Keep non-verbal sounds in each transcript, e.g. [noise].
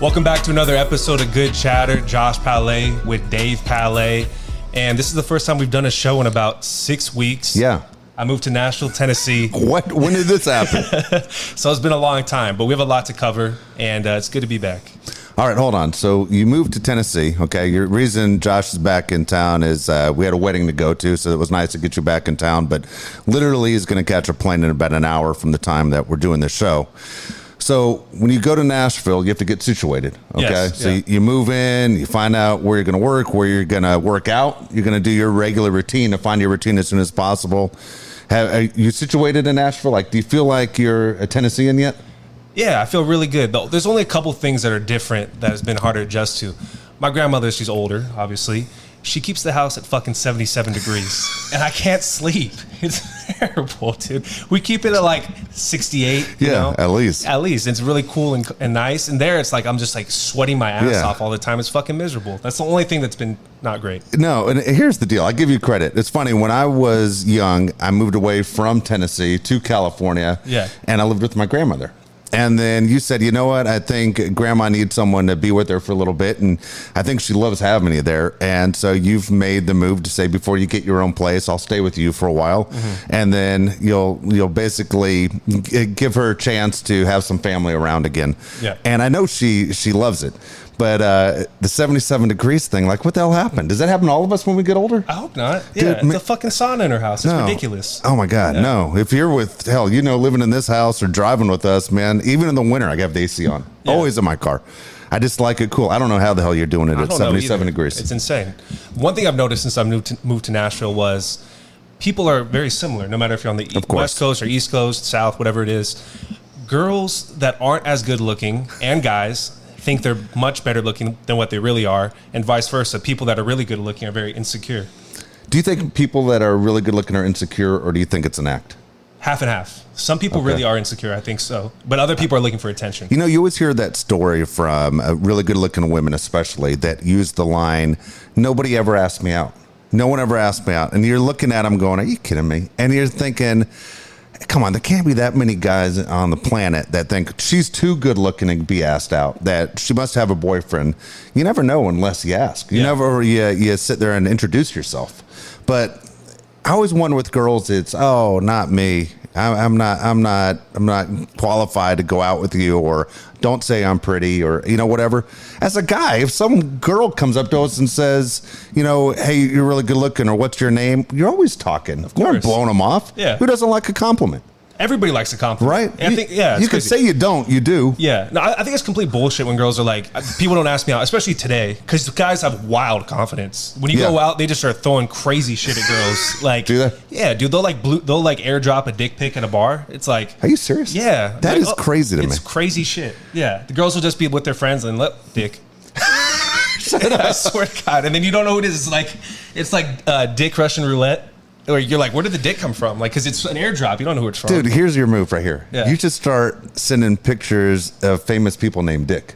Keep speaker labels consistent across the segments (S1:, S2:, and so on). S1: Welcome back to another episode of Good Chatter. Josh Palais with Dave Palais. And this is the first time we've done a show in about six weeks.
S2: Yeah.
S1: I moved to Nashville, Tennessee.
S2: What? When did
S1: [laughs]
S2: this happen?
S1: So it's been a long time, but we have a lot to cover, and uh, it's good to be back.
S2: All right, hold on. So you moved to Tennessee, okay? Your reason Josh is back in town is uh, we had a wedding to go to, so it was nice to get you back in town. But literally, he's going to catch a plane in about an hour from the time that we're doing this show. So when you go to Nashville, you have to get situated, okay?
S1: Yes,
S2: so
S1: yeah.
S2: you move in, you find out where you're going to work, where you're going to work out. You're going to do your regular routine to find your routine as soon as possible. Have, are you situated in Nashville? Like, do you feel like you're a Tennessean yet?
S1: Yeah, I feel really good. Though There's only a couple things that are different that has been hard to adjust to. My grandmother, she's older, obviously. She keeps the house at fucking 77
S2: [laughs]
S1: degrees, and I can't sleep. [laughs] It's terrible, dude. We keep it at like 68. you
S2: Yeah,
S1: know?
S2: at least.
S1: At least. It's really cool and, and nice. And there, it's like I'm just like sweating my ass
S2: Yeah.
S1: off all the time. It's fucking miserable. That's the only thing that's been not great.
S2: No, and here's the deal. I give you credit. It's funny. When I was young, I moved away from Tennessee to California.
S1: Yeah.
S2: And I lived with my grandmother. And then you said, you know what? I think grandma needs someone to be with her for a little bit. And I think she loves having you there. And so you've made the move to say, before you get your own place, I'll stay with you for a while.
S1: Mm-hmm.
S2: And then you'll, you'll basically g- give her a chance to have some family around again.
S1: Yeah.
S2: And I know she, she loves it. But uh, the 77 degrees thing, like, what the hell happened? Does that happen to all of us when we get older?
S1: I hope not.
S2: Dude,
S1: Yeah, it's
S2: ma-
S1: a fucking sauna in her house. It's
S2: No.
S1: ridiculous.
S2: Oh my God, no! If you're with hell, you know, living in this house or driving with us, man. Even in the winter, I have the AC on.
S1: Yeah.
S2: Always in my car. I just like it cool. I don't know how the hell you're doing it
S1: I
S2: at
S1: don't know
S2: 77
S1: either.
S2: degrees.
S1: It's insane. One thing I've noticed since I moved to, moved to Nashville was people are very similar, no matter if you're on the e-
S2: course.
S1: West Coast or East Coast, South, whatever it is. Girls that aren't as good looking and guys think they're much better looking than what they really are, and vice versa. People that are really good looking are very insecure.
S2: do you think people that are really good looking are insecure, or do you think it's an act?
S1: Half and half. Some people
S2: Okay.
S1: really are insecure, I think so, but other people are looking for attention.
S2: You know, you always hear that story from uh, really good looking women, especially that use the line, nobody ever asked me out. No one ever asked me out. And you're looking at them going, are you kidding me? And you're thinking, come on, there can't be that many guys on the planet that think she's too good looking to be asked out, that she must have a boyfriend. You never know unless you ask. You
S1: Yeah.
S2: never, you, you sit there and introduce yourself. But I always wonder with girls, it's oh, not me. I, I'm not. I'm not. I'm not qualified to go out with you, or don't say I'm pretty, or you know whatever. As a guy, if some girl comes up to us and says, you know, hey, you're really good looking, or what's your name? You're always talking. Of you aren't
S1: course.
S2: blowing them off.
S1: Yeah.
S2: Who doesn't like a compliment,
S1: Everybody likes a compliment.
S2: right?
S1: And I
S2: You-
S1: think, yeah. it's
S2: You can
S1: crazy.
S2: say you don't. You do.
S1: Yeah, no, I, I think it's complete bullshit when girls are like, people don't ask me out, especially today, because guys have wild confidence. When you
S2: Yeah.
S1: go out, they just start throwing crazy shit at
S2: [laughs]
S1: girls. Like,
S2: Do they?
S1: Yeah, dude, they'll like blue, they'll like airdrop a dick pic at a bar. It's like,
S2: Are you serious?
S1: yeah,
S2: That
S1: Like,
S2: is
S1: oh,
S2: crazy to me.
S1: It's crazy shit. Yeah, the girls will just be with their friends and let
S2: [laughs]
S1: dick. [laughs] I swear to God, and then you don't know who it is. It's like, it's like uh, dick Russian roulette, or you're like, where did the dick come from? Like, because it's an airdrop, you don't know who it's from.
S2: Dude, here's your move right here.
S1: Yeah.
S2: You just start sending pictures of famous people named Dick.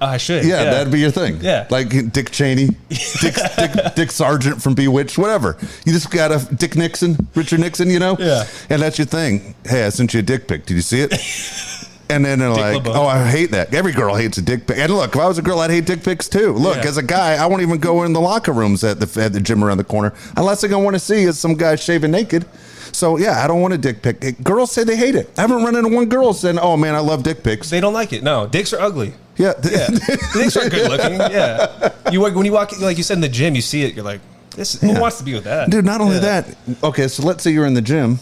S1: I should.
S2: Yeah, that'd be your thing.
S1: Yeah.
S2: like Dick Cheney,
S1: [laughs]
S2: Dick, Dick, Dick Sargent from Bewitched, whatever. You just got a Dick Nixon, Richard Nixon, you know.
S1: Yeah.
S2: and that's your thing. Hey, I sent you a dick pic. Did you see it?
S1: [laughs]
S2: And then they're like,
S1: LeBeau.
S2: "Oh, I hate that. Every girl hates a dick pic." And look, if I was a girl, I'd hate dick pics too. Look,
S1: Yeah.
S2: as a guy, I won't even go in the locker rooms at the at the gym around the corner. Unless thing I want to see is some guy shaving naked. So yeah, I don't want a dick pic. Eh, Girls say they hate it. I haven't run into one girl saying, "Oh man, I love dick pics."
S1: They don't like it. No, dicks are ugly.
S2: yeah, [laughs]
S1: [laughs] Yeah, dicks are good looking. Yeah, you work when you walk, like you said in the gym, you see it. You're like, this. Who wants to be with that,
S2: dude. Not only
S1: Yeah.
S2: that, okay. So let's say you're in the gym,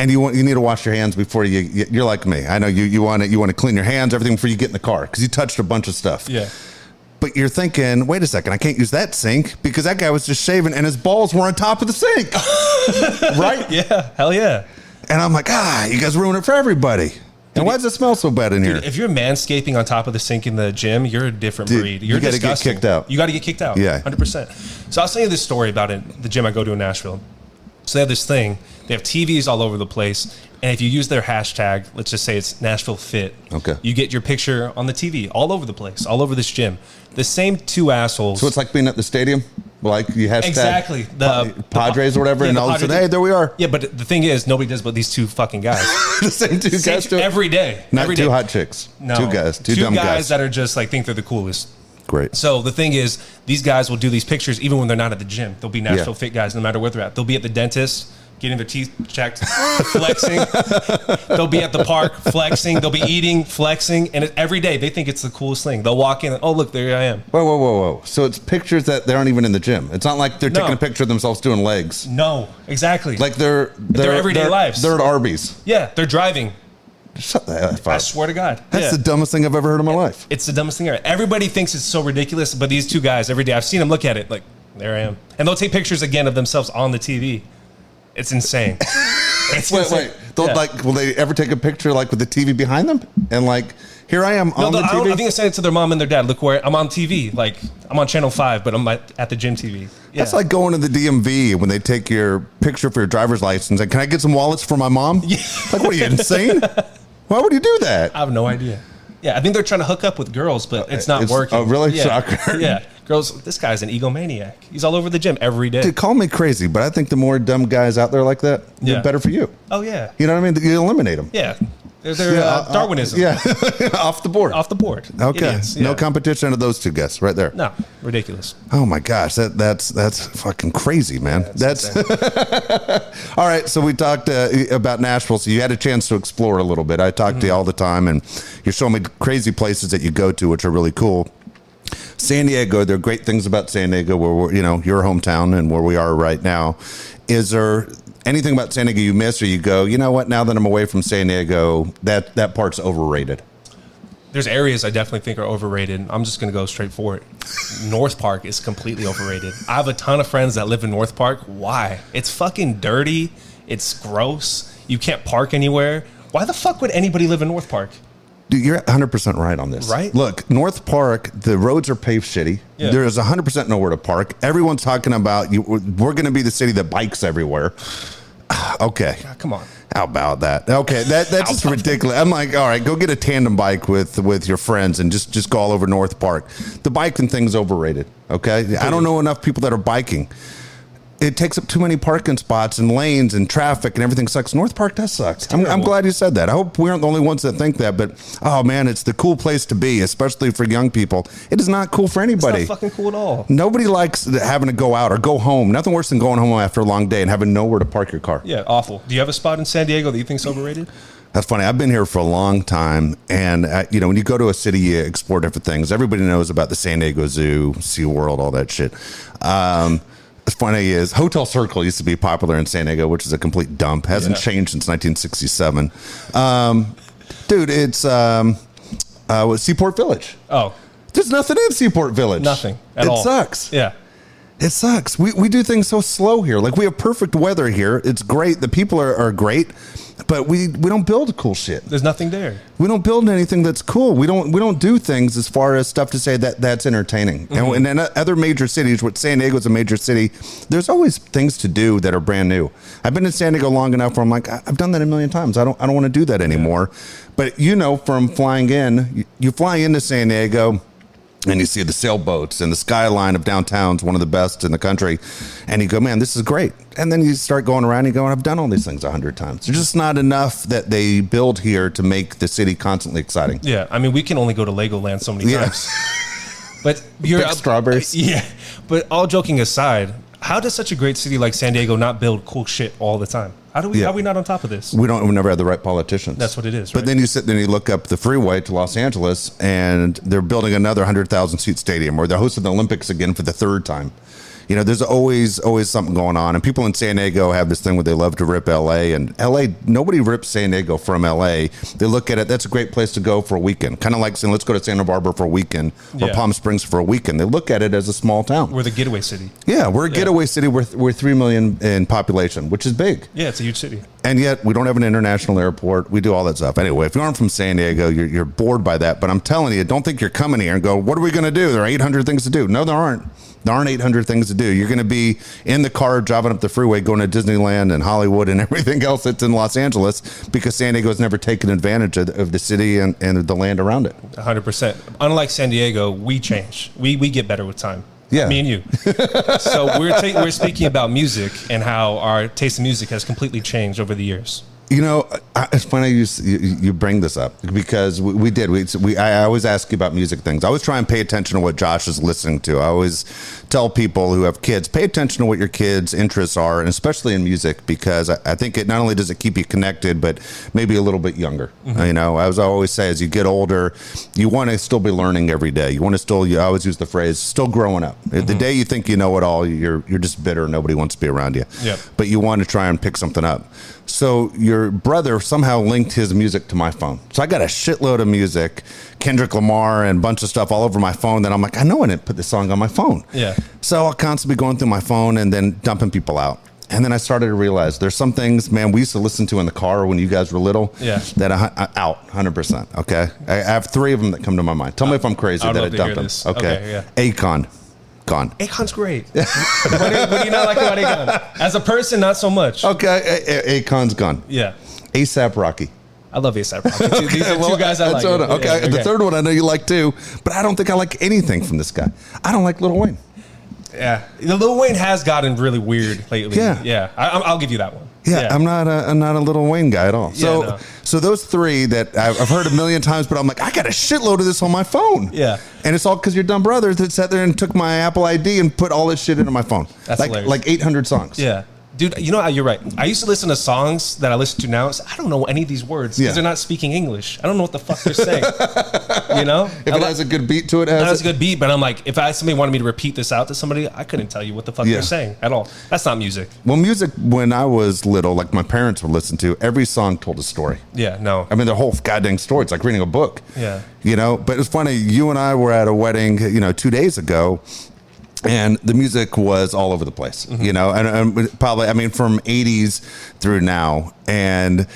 S2: and you want you need to wash your hands before you. you- You're like me. I know you. You want to you want to clean your hands, everything before you get in the car because you touched a bunch of stuff.
S1: Yeah,
S2: But you're thinking, wait a second, I can't use that sink because that guy was just shaving and his balls were on top of
S1: [laughs]
S2: the sink, right?
S1: yeah, hell yeah.
S2: And I'm like, ah, you guys ruin it for everybody. And why does it smell so bad in here?
S1: If you're manscaping on top of the sink in the gym, you're a different
S2: Dude,
S1: breed.
S2: you
S1: You're
S2: gotta get
S1: disgusting.
S2: kicked out.
S1: You got to get kicked out.
S2: Yeah.
S1: hundred percent. So I'll tell you this story about it. The gym I go to in Nashville. So they have this thing. They They have TVs all over the place. And if you use their hashtag, let's just say it's Nashville Fit,
S2: Okay.
S1: you get your picture on the TV all over the place, all over this gym. The same two assholes.
S2: So it's like being at the stadium, like you hashtag
S1: Exactly. The-
S2: Pa- Padres or whatever,
S1: Yeah,
S2: and
S1: the
S2: all of a sudden,
S1: Padres-
S2: hey, there we are,
S1: yeah, but the thing is, nobody does but these two fucking guys.
S2: the same [laughs] two
S1: Same
S2: guys
S1: shit
S2: do it.
S1: every day.
S2: Not
S1: Every
S2: two
S1: day.
S2: hot chicks,
S1: No.
S2: two guys, two, dumb
S1: guys,
S2: guys.
S1: that are just like think they're the coolest.
S2: Great.
S1: So the thing is, these guys will do these pictures even when they're not at the gym. They'll be Nashville
S2: Yeah.
S1: fit guys no matter where they're at. They'll be at the dentist getting their teeth checked,
S2: [laughs]
S1: flexing. They'll be at the park flexing. They'll be eating, flexing, and it, every day they think it's the coolest thing. They'll walk in, oh look, there I am.
S2: Whoa, whoa, whoa, whoa! So it's pictures that they aren't even in the gym. It's not like they're
S1: No.
S2: taking a picture of themselves doing legs.
S1: No, exactly.
S2: Like they're they're
S1: everyday
S2: they're-
S1: lives.
S2: They're at Arby's.
S1: yeah, they're driving.
S2: Shut the F up.
S1: I swear to God,
S2: That's
S1: Yeah.
S2: the dumbest thing I've ever heard in my life.
S1: It's the dumbest thing ever. Everybody thinks it's so ridiculous, but these two guys every day I've seen them look at it like, there I am, and they'll take pictures again of themselves on the TV. It's
S2: [laughs]
S1: insane. It's
S2: Wait,
S1: insane.
S2: wait. They'll
S1: Yeah.
S2: like will they ever take a picture like with the TV behind them and like here I am
S1: No,
S2: on
S1: no,
S2: the
S1: I, don't-
S2: TV?
S1: I think I sent it to their mom and their dad. Look where I'm on TV. Like I'm on Channel Five, but I'm at, at the gym TV. Yeah.
S2: That's like going to the DMV when they take your picture for your driver's license. Like, can I get some wallets for my mom? Like, what are you insane?
S1: [laughs]
S2: Why would you do that?
S1: I have no idea. Yeah, I think they're trying to hook up with girls, but it's not
S2: It's-
S1: working.
S2: oh, really?
S1: Yeah.
S2: Shocker.
S1: [laughs] Yeah, girls. This guy's an egomaniac. He's all over the gym every day.
S2: Dude, call me crazy, but I think the more dumb guys out there like that, the
S1: Yeah.
S2: better for you.
S1: Oh yeah,
S2: You know what I mean? You eliminate them.
S1: yeah. They're, they're uh, Darwinism.
S2: yeah, [laughs] off the board.
S1: off the board.
S2: okay,
S1: Idiots.
S2: no
S1: Yeah.
S2: competition out of those two guys right there.
S1: No, ridiculous.
S2: Oh my gosh, that that's that's fucking crazy, man. that's
S1: insane.
S2: [laughs] all right. So we talked uh, about Nashville. So you had a chance to explore a little bit. I talk to you all the time, and you're showing me crazy places that you go to, which are really cool. San Diego. There are great things about San Diego, where we're, you know your hometown and where we are right now. Is there anything about San Diego you miss, or you go, you know what? Now that I'm away from San Diego, that that part's overrated.
S1: There's areas I definitely think are overrated. I'm just gonna go straight for it. North Park is completely overrated. I have a ton of friends that live in North Park. Why? It's fucking dirty. It's gross. You can't park anywhere. Why the fuck would anybody live in North Park?
S2: Dude, you're 100% right on this.
S1: Right?
S2: Look, North Park, the roads are paved shitty.
S1: Yeah.
S2: There is 100% nowhere to park. Everyone's talking about you, we're going to be the city that bikes everywhere. [sighs] Okay.
S1: Ah, Come on.
S2: How about that? Okay, that that's just ridiculous. I'm like, all right, go get a tandem bike with with your friends and just just go all over North Park. The biking thing's overrated. Okay, I don't know enough people that are biking. It takes up too many parking spots and lanes and traffic and everything sucks. North Park does suck. I'm, I'm
S1: terrible.
S2: glad you said that. I hope we aren't the only ones that think that. But oh man, it's the cool place to be, especially for young people. It is not cool for
S1: It's
S2: anybody.
S1: not fucking cool at all.
S2: Nobody likes having to go out or go home. Nothing worse than going home after a long day and having nowhere to park your car.
S1: Yeah, awful. Do you have a spot in San Diego that you think's overrated?
S2: That's funny. I've been here for a long time. And, uh, you know, when you go to a city, you explore different things. Everybody knows about the San Diego Zoo, SeaWorld, all that shit. Um, what's funny is Hotel Circle used to be popular in San Diego, which is a complete dump. Hasn't
S1: Yeah.
S2: changed since 1967. Um, dude, it's um, uh, what- Seaport Village.
S1: Oh,
S2: There's nothing in Seaport Village.
S1: nothing at
S2: it
S1: all.
S2: sucks.
S1: Yeah.
S2: It sucks. We, we do things so slow here. Like we have perfect weather here. It's great. The people are, are great, but we, we don't build cool shit.
S1: There's nothing there.
S2: We don't build anything that's cool. We don't we don't do things as far as stuff to say that that's entertaining. And, and in other major cities, which San Diego's a major city, there's always things to do that are brand new. I've been in San Diego long enough where I'm like, "I- I've done that a million times. I don't I don't want to do that anymore. But you know, from flying in, you, you fly into San Diego and you see the sailboats and the skyline of downtown's one of the best in the country and you go man this is great and then you start going around and you go i've done all these things a hundred times there's just not enough that they build here to make the city constantly exciting
S1: Yeah, I mean, we can only go to Legoland so many
S2: Yeah.
S1: times. But you're
S2: Pick strawberries.
S1: [laughs] Yeah, but all joking aside, how does such a great city like San Diego not build cool shit all the time? How do we?
S2: Yeah.
S1: How are we not on top of this?
S2: we don't we never had the right politicians
S1: That's what it is.
S2: but
S1: right?
S2: then you sit there and you look up the freeway to Los Angeles, and they're building another hundred thousand seat stadium, or they're hosting the Olympics again for the third time. You know, there's always always something going on, and people in San Diego have this thing where they love to rip LA, and LA nobody rips San Diego from LA. They look at it that's a great place to go for a weekend, kind of like saying let's go to Santa Barbara for a weekend or
S1: Yeah.
S2: Palm Springs for a weekend. They look at it as a small town.
S1: we're the getaway city.
S2: yeah, we're a getaway city. We're we're three million in population, which is big
S1: Yeah, it's a huge city.
S2: and yet we don't have an international airport. We do all that stuff. Anyway, if you aren't from San Diego, you're, you're bored by that. But I'm telling you, don't think you're coming here and go, what are we going to do? There are 800 things to do. No, there aren't. There aren't 800 things to do. You're going to be in the car driving up the freeway going to Disneyland and Hollywood and [laughs] everything else that's in Los Angeles because San Diego's never taken advantage of, of the city and, and the land around it.
S1: 100%. Unlike San Diego, we change. We, we get better with time.
S2: Yeah.
S1: Me and
S2: [laughs]
S1: you. so we're, ta- we're speaking about music and how our taste in music has completely changed over the years.
S2: You know, I, it's funny you, s- you you bring this up because we, we did. We, we I always ask you about music things. I always try and pay attention to what Josh is listening to. I always tell people who have kids pay attention to what your kids' interests are, and especially in music because I, I think it not only does it keep you connected, but maybe a little bit younger. You know, as I always say, as you get older, you want to still be learning every day. You want to still. You, I always use the phrase "still growing up." The day you think you know it all, you're you're just bitter. and Nobody wants to be around you
S1: Yep.
S2: but you want to try and pick something up. So your brother somehow linked his music to my phone. So I got a shitload of music, Kendrick Lamar and a bunch of stuff all over my phone that I'm like, I know I didn't put this song on my phone.
S1: Yeah.
S2: So I'll constantly be going through my phone and then dumping people out. And then I started to realize there's some things, man, we used to listen to in the car when you guys were little.
S1: Yeah.
S2: That I, I, out, 100%. Okay. I, I have three of them that come to my mind.
S1: Uh,
S2: Tell me if I'm crazy
S1: I'd
S2: that I
S1: love to hear
S2: dumped them.
S1: this. Okay,
S2: Okay. Akon. Gone.
S1: Akon's
S2: [laughs]
S1: great. what, do, what do you not like about Akon? As a person, not so much.
S2: Okay. A- A- Akon's gone.
S1: Yeah.
S2: ASAP Rocky.
S1: I love
S2: [laughs]
S1: ASAP Rocky. too. These are two guys I like.
S2: That's what- okay,
S1: Yeah,
S2: the third one I know you like too, but I don't think I like anything from this guy. I don't like Little Wayne.
S1: Yeah. The Lil Wayne has gotten really weird lately.
S2: Yeah.
S1: Yeah. I, I'm- I'll give you that one.
S2: Yeah, I'm not a I'm not a Little Wayne guy at all. So
S1: Yeah, no.
S2: so those three that I've, I've heard a million times, but I'm like I got a shitload of this on my phone.
S1: Yeah.
S2: and it's all because your dumb brother that sat there and took my Apple ID and put all this shit into my phone.
S1: That's
S2: like
S1: hilarious.
S2: like 800 songs.
S1: Yeah. Dude, you know how you're right. I used to listen to songs that I listen to now. It's, I don't know any of these words because
S2: Yeah.
S1: they're not speaking English. I don't know what the fuck they're
S2: [laughs]
S1: saying. you know?
S2: If
S1: I
S2: it
S1: li-
S2: has a good beat to it, it has
S1: that was a
S2: it-
S1: good beat, but I'm like, if I, somebody wanted me to repeat this out to somebody, I couldn't tell you what the fuck
S2: Yeah.
S1: they're saying at all. That's not music.
S2: Well, music when I was little, like my parents would listen to, every song told a story.
S1: Yeah, no.
S2: I mean, the whole goddamn story. It's like reading a book.
S1: Yeah.
S2: You know, but it's funny. You and I were at a wedding, you know, two days ago, and the music was all over the place.
S1: Mm-hmm.
S2: You know, and, and probably, I mean, from '80s through now, and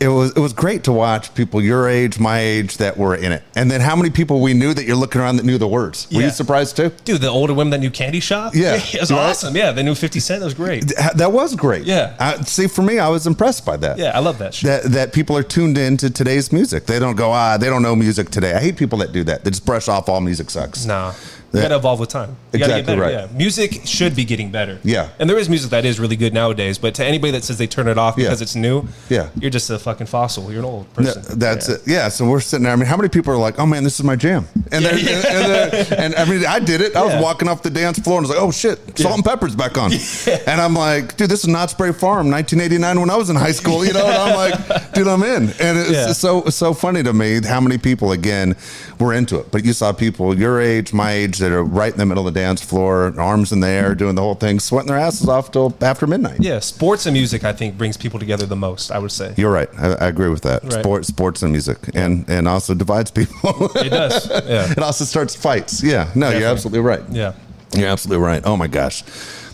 S2: it was it was great to watch people your age, my age, that were in it, and then how many people we knew that you're looking around that knew the words. Were
S1: Yeah.
S2: you surprised too?
S1: Dude, the older women that knew Candy Shop? [laughs]
S2: Yeah.
S1: it was
S2: Right?
S1: awesome. Yeah, they knew 50 Cent. That was great.
S2: That was great.
S1: Yeah.
S2: I, see, for me, I was impressed by that.
S1: Yeah, I love that shit.
S2: that that people are tuned in to today's music. They don't go ah, they don't know music today. I hate people that do that. They just brush off all music sucks.
S1: Nah. You
S2: Yeah.
S1: gotta evolve with time. You gotta get
S2: Exactly
S1: better.
S2: right.
S1: Yeah. Music should be getting better.
S2: Yeah.
S1: And there is music that is really good nowadays, but to anybody that says they turn it off
S2: Yeah.
S1: because it's new,
S2: Yeah.
S1: you're just a fucking fossil. You're an old
S2: Th-
S1: person.
S2: That's
S1: Yeah.
S2: it. Yeah. So we're sitting there. I mean, how many people are like, "Oh man, this is my jam," and they're, and, they're- and I mean, I did it. I
S1: Yeah.
S2: was walking off the dance floor and I was like, "Oh shit, salt and pepper's back on," and I'm like, "Dude, this is Knott's Berry Farm, 1989 when I was in high school." You know, and I'm like, "Dude, I'm in," and it's
S1: Yeah.
S2: so so funny to me how many people again were into it. But you saw people your age, my age, that are right in the middle of the dance floor, arms in the air, doing the whole thing, sweating their asses off till after midnight.
S1: Yeah, sports and music, I think, brings people together the most, I would say.
S2: You're right. I, I agree with that.
S1: Right.
S2: Sport, sports and music, and and also divides people.
S1: It
S2: [laughs]
S1: does. Yeah.
S2: it also starts fights. Yeah. No, you're absolutely right.
S1: Yeah.
S2: You're absolutely right. Oh my gosh.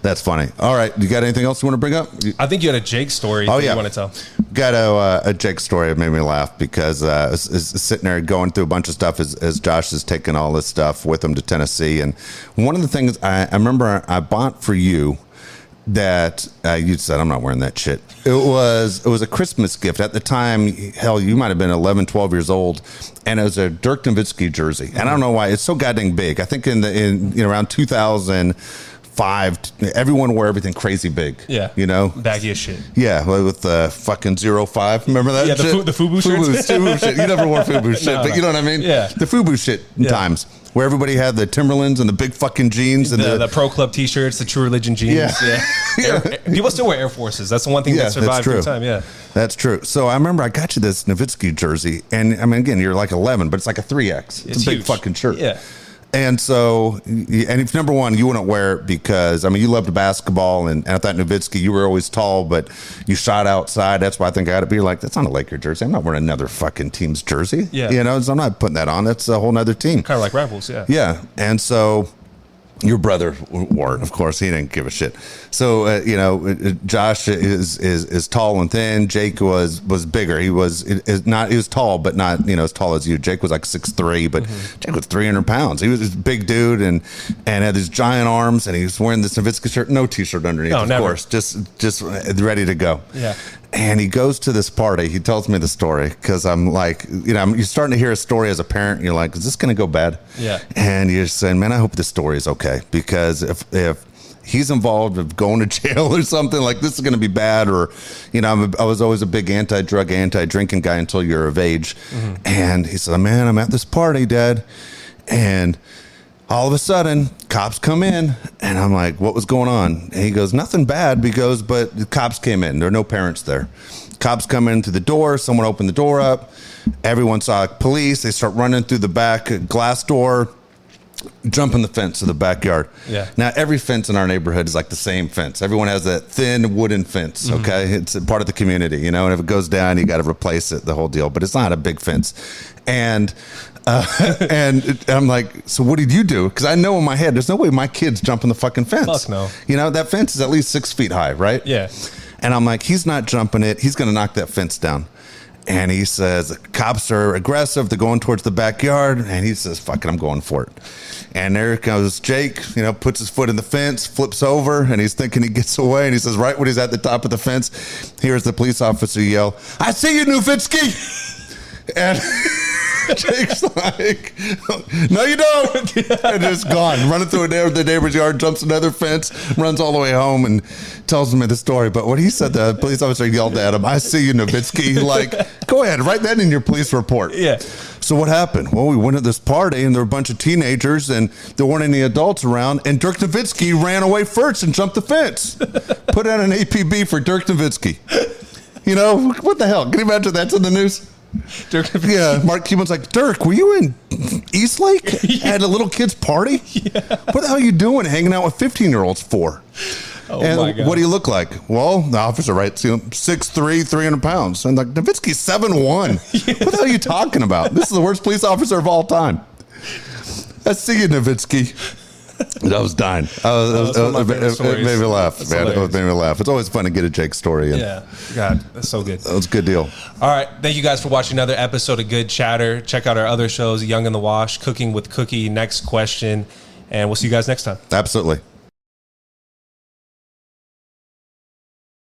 S2: That's funny. All right. You got anything else you want to bring up? You-
S1: I think you had a Jake story
S2: Oh,
S1: that
S2: yeah.
S1: you want to tell.
S2: Got a, uh, a Jake story that made me laugh because uh, is, is sitting there going through a bunch of stuff as, as Josh is taking all this stuff with him to Tennessee. And one of the things I, I remember I bought for you that uh, you said I'm not wearing that shit. It was it was a Christmas gift at the time. Hell, you might have been 11, 12 years old, and it was a Dirk Nowitzki jersey. And I don't know why it's so goddamn big. I think in the in you know, around 2005, everyone wore everything crazy big.
S1: Yeah.
S2: you know,
S1: Baggy as shit.
S2: yeah, well, with the fucking zero five. Remember that?
S1: Yeah, the
S2: shit?
S1: Fu- the Fubu shirts?
S2: Fubu's- Fubu shit. You never wore
S1: [laughs]
S2: Fubu shit,
S1: No,
S2: but you know what I mean.
S1: Yeah.
S2: the Fubu shit times where everybody had the Timberlands and the big fucking jeans and
S1: The,
S2: the.
S1: the pro club t shirts, the true religion jeans.
S2: Yeah.
S1: Yeah.
S2: [laughs]
S1: Air- people still wear Air Forces. That's the one thing
S2: yeah,
S1: that survived
S2: that's
S1: through
S2: true.
S1: time. Yeah.
S2: [laughs] that's true. So I remember I got you this Nowitzki jersey, and I mean, again, you're like 11, but it's like a 3x. It's,
S1: It's
S2: a big
S1: huge.
S2: fucking shirt.
S1: Yeah.
S2: And so, y- and if number one, you wouldn't wear it because I mean, you loved basketball, and, and I thought Nowitzki, you were always tall, but you shot outside. That's why I think I got to be like, that's not a Laker jersey. I'm not wearing another fucking team's jersey.
S1: Yeah.
S2: you know, so I'm not putting that on. That's a whole nother team.
S1: Kind of like Rebels. Yeah.
S2: Yeah, and so your brother Warren, of course, he didn't give a shit. So uh, you know, uh, Josh is is is tall and thin. Jake was was bigger. He was is not he was tall, but not you know as tall as you. Jake was like six three, but
S1: Mm-hmm.
S2: Jake was three hundred pounds. He was this big dude and and had these giant arms, and he was wearing this Nowitzki shirt, no t shirt underneath,
S1: No,
S2: of
S1: never.
S2: course, just just ready to go.
S1: Yeah.
S2: And he goes to this party. He tells me the story because I'm like, you know, I'm, you're starting to hear a story as a parent. And you're like, is this going to go bad?
S1: Yeah.
S2: And you're saying, man, I hope this story is okay because if if he's involved of going to [laughs] jail or something like this is going to be bad or you know I'm a, i was always a big anti-drug anti-drinking guy until you're of age and he said man i'm at this party dad and all of a sudden cops come in and i'm like what was going on and he goes nothing bad he goes but the cops came in there are no parents there cops come in through the door someone opened the door up everyone saw police they start running through the back glass door jumping the fence of the backyard.
S1: Yeah.
S2: Now every fence in our neighborhood is like the same fence. Everyone has that thin wooden fence.
S1: Mm-hmm.
S2: Okay, it's a part of the community, you know. And if it goes down, you got to replace it, the whole deal. But it's not a big fence, and. Uh, [laughs] and it- I'm like, so what did you do? Because I know in my head, there's no way my kids jumping the fucking fence.
S1: Fuck no.
S2: You know that fence is at least six feet high, right?
S1: Yeah. [laughs]
S2: And I'm like, he's not jumping it. He's going to knock that fence down. And he says, the cops are aggressive. They're going towards the backyard. And he says, fuck it, I'm going for it. And there goes Jake, you know, puts his foot in the fence, flips over, and he's thinking he gets away. And he says, right when he's at the top of the fence, hears the police officer yell, I see you, Newfitsky. [laughs] And. Jake's like, no, you don't. And just gone, running through a neighbor, the neighbor's yard, jumps another fence, runs all the way home, and tells me the story. But when he said the police officer yelled at him, I see you, Novitsky. Like, go ahead, write that in your police report.
S1: Yeah.
S2: So what happened? Well, we went to this party, and there were a bunch of teenagers, and there weren't any adults around. And Dirk Nowitzki ran away first and jumped the fence. Put out an APB for Dirk Nowitzki. You know what the hell? Can you imagine that's in the news?
S1: Dirk Nowitzki.
S2: Yeah, Mark Cuban's like, Dirk, were you in
S1: [laughs]
S2: Eastlake at a little kid's party? What the hell are you doing hanging out with 15 year olds for?
S1: Oh
S2: and
S1: my god.
S2: what do you look like? Well, the officer writes you know, 6'3, 300 pounds. And like,
S1: [laughs]
S2: Nowitzki's 7'1. What the hell are you talking about? This is the worst police officer of all time. I see you, Nowitzki. I was dying.
S1: [laughs]
S2: I was- I was-
S1: Oh, that's one of my
S2: it-
S1: favorite
S2: it- it made
S1: stories.
S2: me laugh,
S1: That's
S2: man.
S1: hilarious.
S2: It made me laugh. It's always fun to get a Jake story in.
S1: yeah. God, that's so good.
S2: That was a good deal.
S1: All right. Thank you guys for watching another episode of Good Chatter. Check out our other shows, Young in the Wash, Cooking with Cookie, Next Question, and we'll see you guys next time.
S2: Absolutely.